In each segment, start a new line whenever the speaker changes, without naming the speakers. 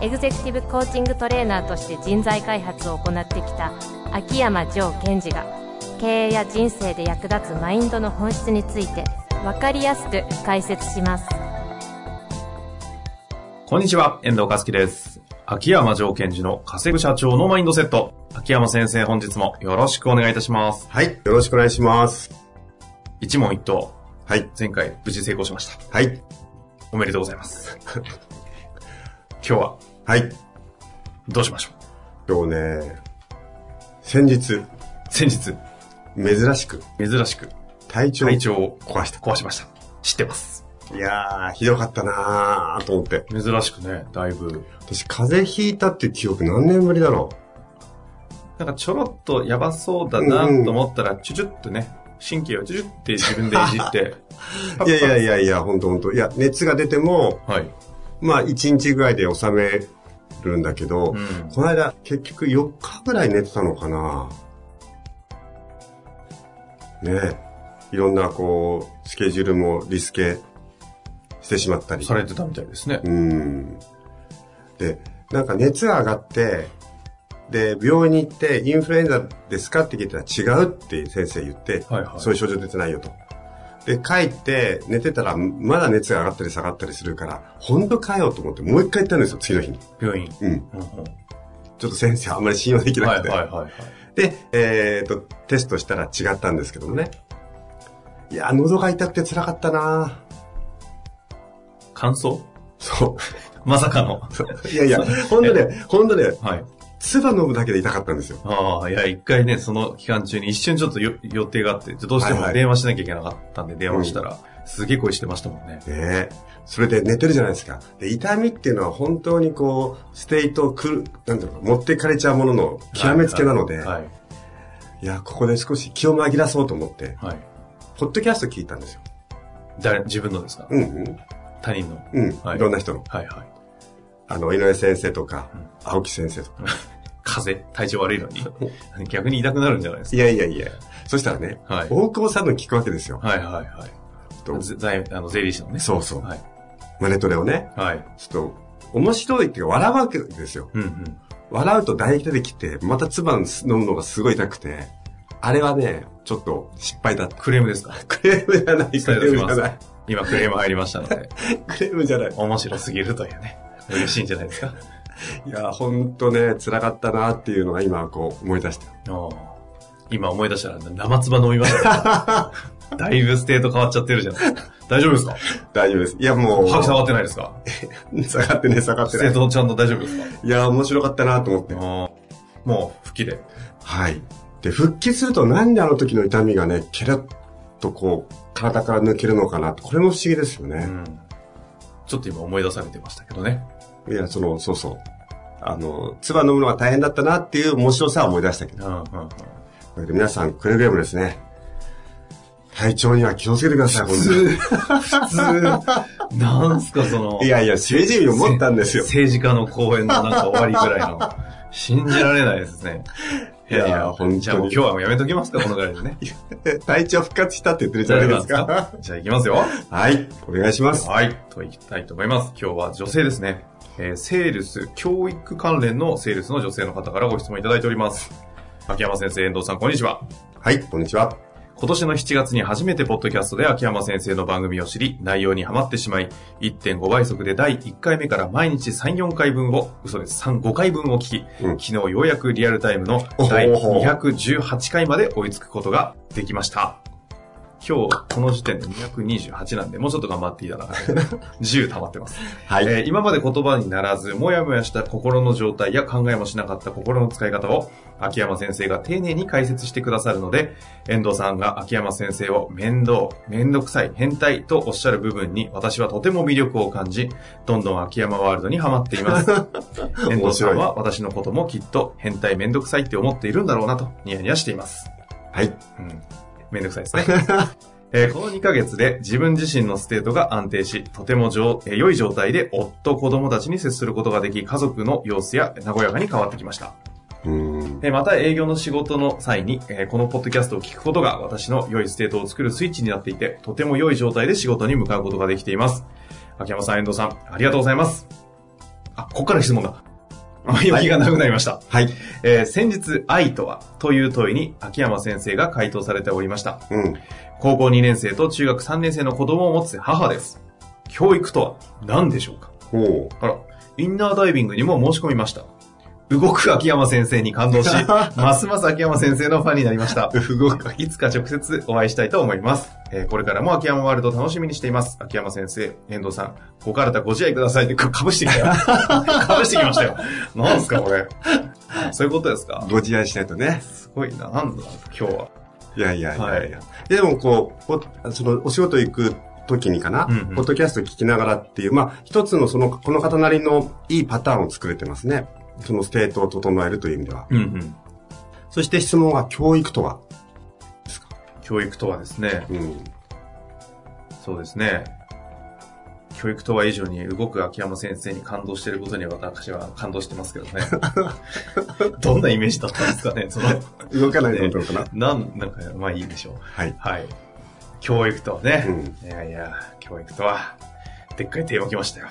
エグゼクティブコーチングトレーナーとして人材開発を行ってきた秋山城賢治が経営や人生で役立つマインドの本質について分かりやすく解説します
こんにちは、遠藤和樹です。秋山条件時の稼ぐ社長のマインドセット。秋山先生、本日もよろしくお願いいたします。
はい。よろしくお願いします。
一問一答、
はい。
前回無事成功しました。
はい。
おめでとうございます。今日は
はい。
どうしましょう
今日ね、先日、
先日、
珍しく
珍しく
体調
体調を
壊した。
壊しました。知ってます。
いやー、ひどかったなーと思って。
珍しくね、だいぶ。
私、風邪ひいたっていう記憶何年ぶりだろ
なんかちょろっとやばそうだなと思ったら、チュチュってね、神経をチュチュって自分でいじ って。
う。いやいやいやいや、ほんとほんと。いや、熱が出ても、
はい。
まあ、1日ぐらいで収めるんだけど、
うん
この間、結局4日ぐらい寝てたのかなねえ。いろんな、こう、スケジュールもリスケしてしまったり。
されてたみたいですね。
うん。で、なんか熱が上がって、で、病院に行って、インフルエンザですかって聞いたら違うって先生言って、
はいはい
そういう症状出てないよと。で、帰って、寝てたら、まだ熱が上がったり下がったりするから、本当かよと思って、もう一回行ったんですよ、次の日に。
病院。
うん。
うんうん
ちょっと先生あんまり信用できな
はい
くて。
はいはいはい。
で、えっ、と、テストしたら違ったんですけどもね。いや、喉が痛くて辛かったな
感想
そ
まさかの。
う。いや いや、ほんとね、ほんとね、
はい。
唾飲むだけで痛かったんですよ。
ああ、いや、一回ね、その期間中に一瞬ちょっとよ予定があって、ちょっとどうして
はい
も
はい
電話しなきゃいけなかったんで、電話したら、すげえ声してましたもんね。
ねえ。それで寝てるじゃないですか。で痛みっていうのは本当にこう、ステイトをくる、なんていうのか、持っていかれちゃうものの極めつけなので、
はい
い
はい。
や、ここで少し気を紛らそうと思って、
はい。
ポッドキャスト聞いたんですよ。
誰、自分のですか
うんうん。
他人の。
うん。
はい
い、ろんな人の。
はいはい。
あの、井上先生とか、
うん
青木先生とか。
風邪、体調悪いのに。逆に痛くなるんじゃないです
いやいやいや。そしたらね、
はい
大久保さんの聞くわけですよ。
か。はいはいはい。
と
ぜ財、あの、税理士のね。
そうそう。
はい。
マネトレをね、
はい。
ちょっと、面白いっていうか笑うわけですよ。
うんうん。
笑うと唾液出てきて、また唾飲むのがすごい痛くて、あれはね、ちょっと失敗だった。
クレームですか
クレームじゃない、クレームじゃない。
今クレーム入りましたので、
クレームじゃない。
面白すぎるというね。嬉しいんじゃないですか。
いや、ほんとね、辛かったなっていうのが今こう思い出した。
ああ今思い出したら生唾飲みました ね。だいぶステート変わっちゃってるじゃないですか。大丈夫ですか
大丈夫です。いや、もう、
吐き下がってないですか
下がってね、下がって
ステ
な
ー
い。
トちゃんと大丈夫ですか
いや、面白かったなと思って。
ああもう、吹きで。
はい。で、復帰するとなんであの時の痛みがね、ケラッとこう、体から抜けるのかなってこれも不思議ですよ
う
ね。
ん。ちょっと今思い出されてましたけどね。
いや、その、そうそう。あの、唾飲むのが大変だったなっていう面白さは思い出したけど。
うんうんうん。
というわけで皆さん、くれぐれもですね、体調には気をつけてください、本
普通、なんすかその
当、に。いやいや、政治に思ったんですよ。
政治家の講演のなんか終わりぐらいの。信じられないですね。
いやいや本当に
じゃあもう今日はもうやめときますか、このぐらいでね。
体調復活したって言ってるじゃないで
大
す
丈夫なんです
か。
かじゃあ行きますよ。
はい、お願いします。
はい。といきたいと思います。今日は女性ですね。えーセールス、教育関連のセールスの女性の方からご質問いただいております。秋山先生、遠藤さん、こんにちは。
はい、こんにちは。
今年の7月に初めてポッドキャストで秋山先生の番組を知り、内容にハマってしまい、1.5倍速で第1回目から毎日3、4回分を、嘘です、3、5回分を聞き、
うん
昨日ようやくリアルタイムの第218回まで追いつくことができました。今日、この時点で228なんで、もうちょっと頑張っていただかないと10溜まってます。
はい。
えー今まで言葉にならず、もやもやした心の状態や考えもしなかった心の使い方を、秋山先生が丁寧に解説してくださるので、遠藤さんが秋山先生を面倒、面倒くさい、変態とおっしゃる部分に、私はとても魅力を感じ、どんどん秋山ワールドにはまってい ます。遠藤さんは私のこともきっと変態面倒くさいって思っているんだろうなと、ニヤニヤしています。
はい。
うん。めんどくさいですね。 えーこの2ヶ月で自分自身のステートが安定し、とても上、えー良い状態で夫、子供たちに接することができ、家族の様子や和やかに変わってきました。
うーん。
えーまた営業の仕事の際に、えーこのポッドキャストを聞くことが私の良いステートを作るスイッチになっていて、とても良い状態で仕事に向かうことができています。秋山さん、遠藤さん、ありがとうございます。あ、ここから質問だ。前置きがなくなりました。
はい。
えー先日、愛とはという問いに秋山先生が回答されておりました。
うん。
高校2年生と中学3年生の子供を持つ母です。教育とは何でしょうか
ほ
あら、インナーダイビングにも申し込みました。動く秋山先生に感 動し、ますます秋山先生のファンになりました。動く。いつか直接お会いしたいと思います。えーこれからも秋山ワールド楽しみにしています。秋山先生、遠藤さん、ご体ご自愛くださいって、かぶしてきた よ。かぶしてきましたよ。なんすか、これ。そういうことですか
う。ご自愛しないとね。
すごいな、なんだ、今日は。
いやいやいやいや。
は
でもこう、ポそのお仕事行く時にかな、
うんうん
ポッドキャスト聞きながらっていう、まあ一つのその、この方なりのいいパターンを作れてますね。そのステートを整えるという意味では。
うんうん。
そして質問は教育とは
教育とはですね、
うん。
そうですね。教育とは以上に動く秋山先生に感動していることに私は感動してますけどね。どんなイメージだったんですかねその、
動かないことかな。
なん、なんか、まあいいでしょう。
はい。
はい。教育とはね
う。ん。
いやいや、教育とは、でっかいテーマ来ましたよ。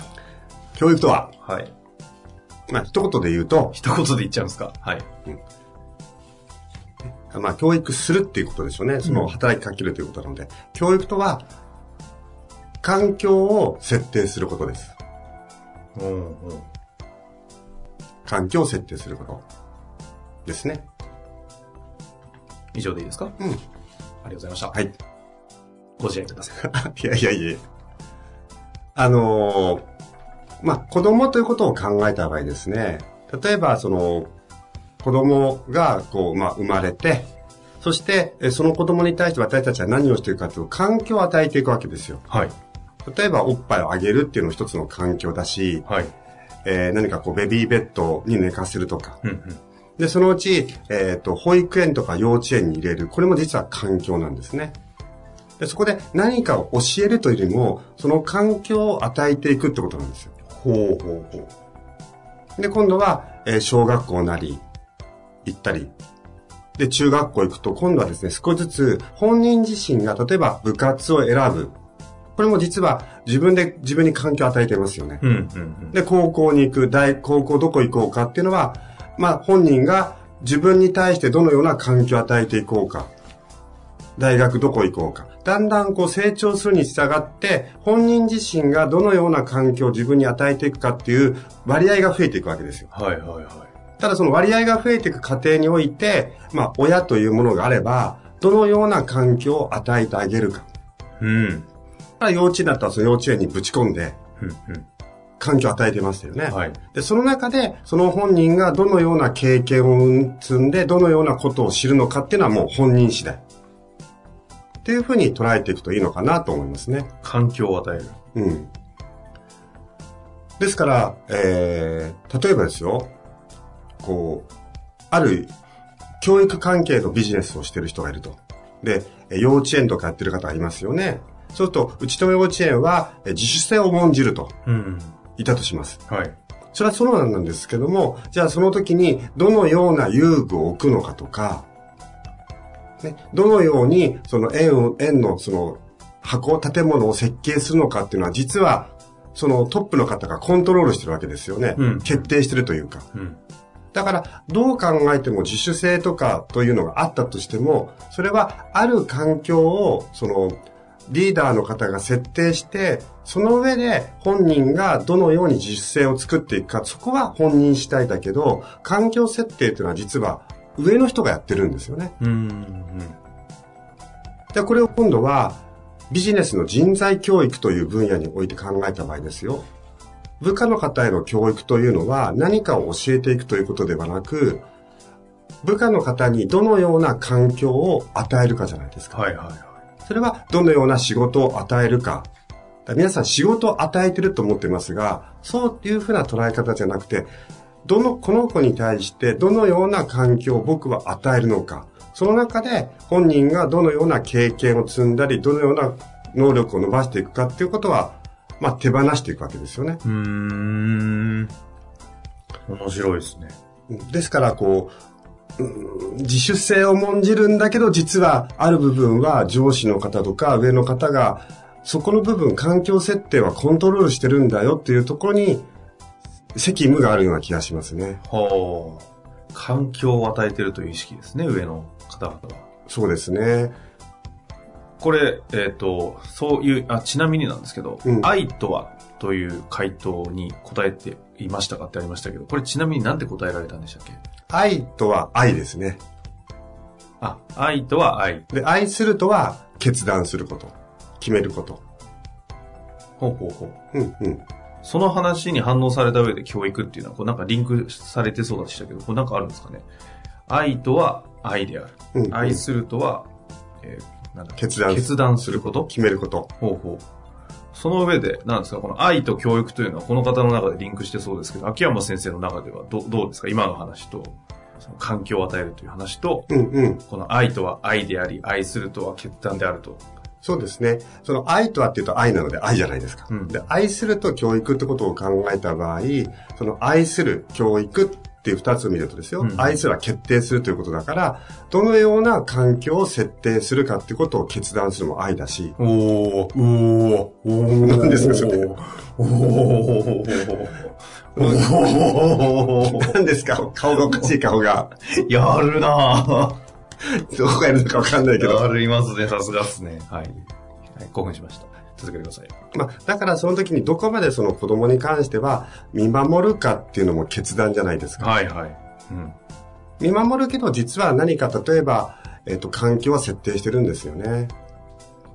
教育とは、
はい。
まあ一言で言うと、
一言で言っちゃうんですかはい。
まあ教育するっていうことでしょうね。その働きかけるということなので。教育とは、環境を設定することです。
うんうん。
環境を設定することですね。
以上でいいですか
う
あ
ん。
りがとうございました。
はい。
ご自愛ください。
いやいやいやあのーまあ、子供ということを考えた場合ですね、例えば、その、子供が、こう、まあ、生まれて、そして、えその子供に対して私たちは何をしていくかという環境を与えていくわけですよ。
はい。
例えば、おっぱいをあげるっていうのも一つの環境だし、
はい。
えー何かこう、ベビーベッドに寝かせるとか。
うんうん。
で、そのうち、えっ、と、保育園とか幼稚園に入れる。これも実は環境なんですね。で、そこで何かを教えるというよりも、その環境を与えていくってことなんですよ。
ほうほうほ
で、今度は、えー小学校なり、行ったり。で、中学校行くと、今度はですね、少しずつ本人自身が、例えば部活を選ぶ。これも実は自分で、自分に環境を与えていますよね。
う。うんうんうん。
で、高校に行く、大、高校どこ行こうかっていうのは、まあ本人が自分に対してどのような環境を与えていこうか。大学どこ行こうか。だんだんこう成長するに従って、本人自身がどのような環境を自分に与えていくかっていう割合が増えていくわけですよ。
はいはいはい。
ただその割合が増えていく過程において、まあ親というものがあれば、どのような環境を与えてあげるか。
うん。
ただ幼稚園だったらその幼稚園にぶち込んで、
うん
環境を与えてましたよね。
うん。はい。
で、その中で、その本人がどのような経験を積んで、どのようなことを知るのかっていうのはもう本人次第。っていうふうに捉えていくといいのかなと思いますね。
環境を与える。
うん。ですから、えー、例えばですよ、こう、ある教育関係のビジネスをしてる人がいると。で、え幼稚園とかやってる方がいますよね。そうすると、うちの幼稚園はえ自主性を重んじると
うん。
いたとします。
はい。
それはそうなんですけども、じゃあその時にどのような遊具を置くのかとか、ね、どのようにその円を、円のその箱、建物を設計するのかっていうのは実はそのトップの方がコントロールしてるわけですよね。
うん
決定してるというか。
うん。
だから、どう考えても自主性とかというのがあったとしても、それはある環境を、その、リーダーの方が設定して、その上で本人がどのように自主性を作っていくか、そこは本人次第だけど、環境設定というのは実は上の人がやってるんですよね。
うん。
で、これを今度はビジネスの人材教育という分野において考えた場合ですよ。部下の方への教育というのは何かを教えていくということではなく、部下の方にどのような環境を与えるかじゃないですか。
はいはいはい。
それはどのような仕事を与えるか。だから皆さん仕事を与えてると思ってますが、そういうふうな捉え方じゃなくて、どの、この子に対してどのような環境を僕は与えるのか。その中で本人がどのような経験を積んだり、どのような能力を伸ばしていくかっていうことは、まあ手放していくわけですよね。
うーん。面白いですね。
ですから、こう、うん自主性を重んじるんだけど、実はある部分は上司の方とか上の方が、そこの部分、環境設定はコントロールしてるんだよっていうところに、責務があるような気がしますね。
ほう。環境を与えてるという意識ですね、上の方々は。
そうですね。
これ、えっ、と、そういう、あ、ちなみになんですけど、
うん
愛とはという回答に答えていましたかってありましたけど、これちなみになんて答えられたんでしたっけ
愛とは愛ですね。
あ、愛とは愛。
で、愛するとは決断すること。決めること。
ほうほうほう。
うんうん。
その話に反応された上で教育っていうのは、こうなんかリンクされてそうでしたけど、これなんかあるんですかね。愛とは愛である。
うんうん
愛するとは、えーなんだ
決断する
決断すること
決めること。
ほうほう。その上で、なんですか、この愛と教育というのは、この方の中でリンクしてそうですけど、秋山先生の中ではどどうですか今の話と、その環境を与えるという話と、
うんうん。
この愛とは愛であり、愛するとは決断であると。
そうですね。その愛とはっていうと愛なので愛じゃないですか。
うん
で愛すると教育ってことを考えた場合、その愛する教育っていう二つを見るとですよ、
うん
愛するは決定するということだから、どのような環境を設定するかってことを決断するのも愛だし、
おおおおお
なんですかそれ
おおおおお
何ですか顔がおかしい顔が。
やるな
どこがやるのかわか んないけど。
やりますね、さすがっすね。はい。はい、興奮しました。続けてください。
まあ、だからその時にどこまでその子供に関しては見守るかっていうのも決断じゃないですか。
はいはい。うん。
見守るけど実は何か例えば、えっと環境は設定してるんですよね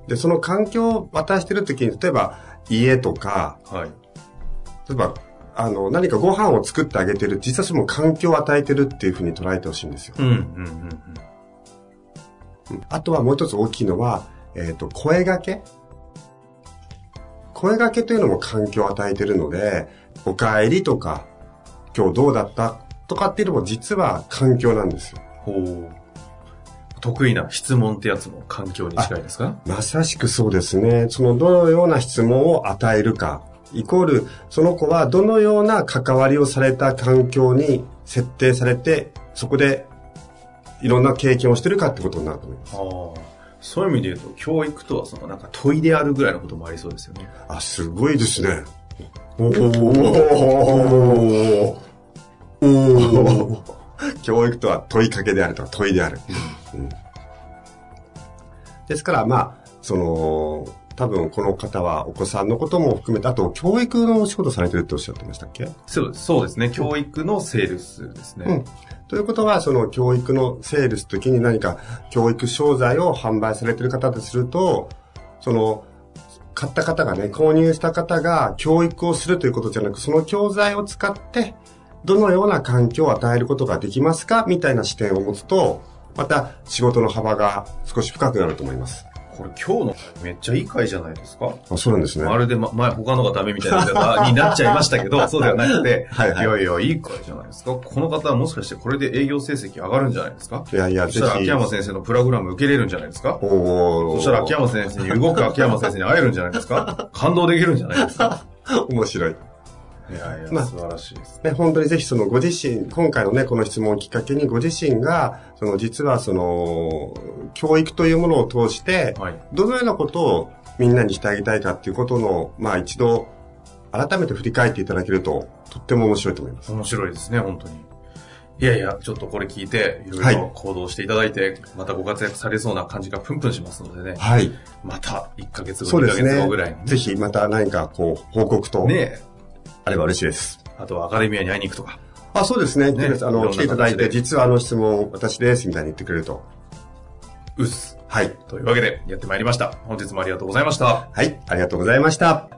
でその環境を渡してる時に例えば家とか
はい。
例えばあの何かご飯を作ってあげてる実はそれも環境を与えてるっていうふうに捉えてほしいんですよ
うん、うん、うん。うん
あとはもう一つ大きいのは、えっと声がけ声がけというのも環境を与えてるので「おかえり」とか「今日どうだった?」とかっていうのも実は環境なんですよ
ほう。得意な質問ってやつも環境に近いですか
まさしくそうですね。そのどのような質問を与えるか、イコールその子はどのような関わりをされた環境に設定されて、そこでいろんな経験をしてるかってことになると思います。
ああ。そういう意味で言うと、教育とはそのなんか問いであるぐらいのこともありそうですよね。
あ、すごいですね。
おお
お
おお
教育とは問いかけであるとか問いである。うんですから、まあ、その、多分この方はお子さんのことも含めて、あと教育のお仕事されてるっておっしゃってましたっけ
そうそうですね。教育のセールスですね。
うんということは、その教育のセールス時に何か教育商材を販売されている方とすると、その、買った方がね、購入した方が教育をするということじゃなく、その教材を使って、どのような環境を与えることができますかみたいな視点を持つと、また仕事の幅が少し深くなると思います。
これ今日のめっちゃいい回じゃないですか
あそうなんですね。
まるで、ま、前他のがダメみたいな言い方 になっちゃいましたけど、そうではなくて、
はいはい
やいや、いい回じゃないですか。この方はもしかしてこれで営業成績上がるんじゃないですか
いやいや、
そし
ぜ
たら
ひ
秋。山先生のプログラム受けれるんじゃないですか
おー
そしたら秋山先生に動く秋山先生に会えるんじゃないです か感動できるんじゃないですか
面白い。
いやい
ま
や、
あ
素晴らしいです。
ね、本当にぜひそのご自身、今回のね、この質問をきっかけにご自身が、その実はその、教育というものを通して、
はい。
どのようなことをみんなにしてあげたいかっていうことの、まあ一度、改めて振り返っていただけると、とっても面白いと思います。
面白いですね、本当に。いやいや、ちょっとこれ聞いて、いろ
はいい
ろ行動していただいて、またご活躍されそうな感じがプンプンしますのでね、
はい。
また1ヶ月
そ
後、2
うで
ヶ
す
月
ね
後ぐらいに。。
ぜひまた何かこう、報告と、
ねえ
あれば嬉しいです。
あとはアカデミアに会いに行くとか。
あ、そうですね。
ね
あ
いろん
の、
な
来ていただい
形
て、
で
実はあの質問、私です、みたいに言ってくれると。
うっす。
はい。
というわけで、やってまいりました。本日もありがとうございました。
はい。ありがとうございました。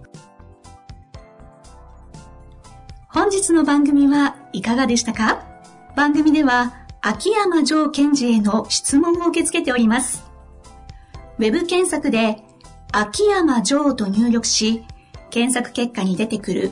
本日の番組はいかがでしたか番組では秋山城賢治への質問を受け付けております。ウェブ検索で秋山城と入力し、検索結果に出てくる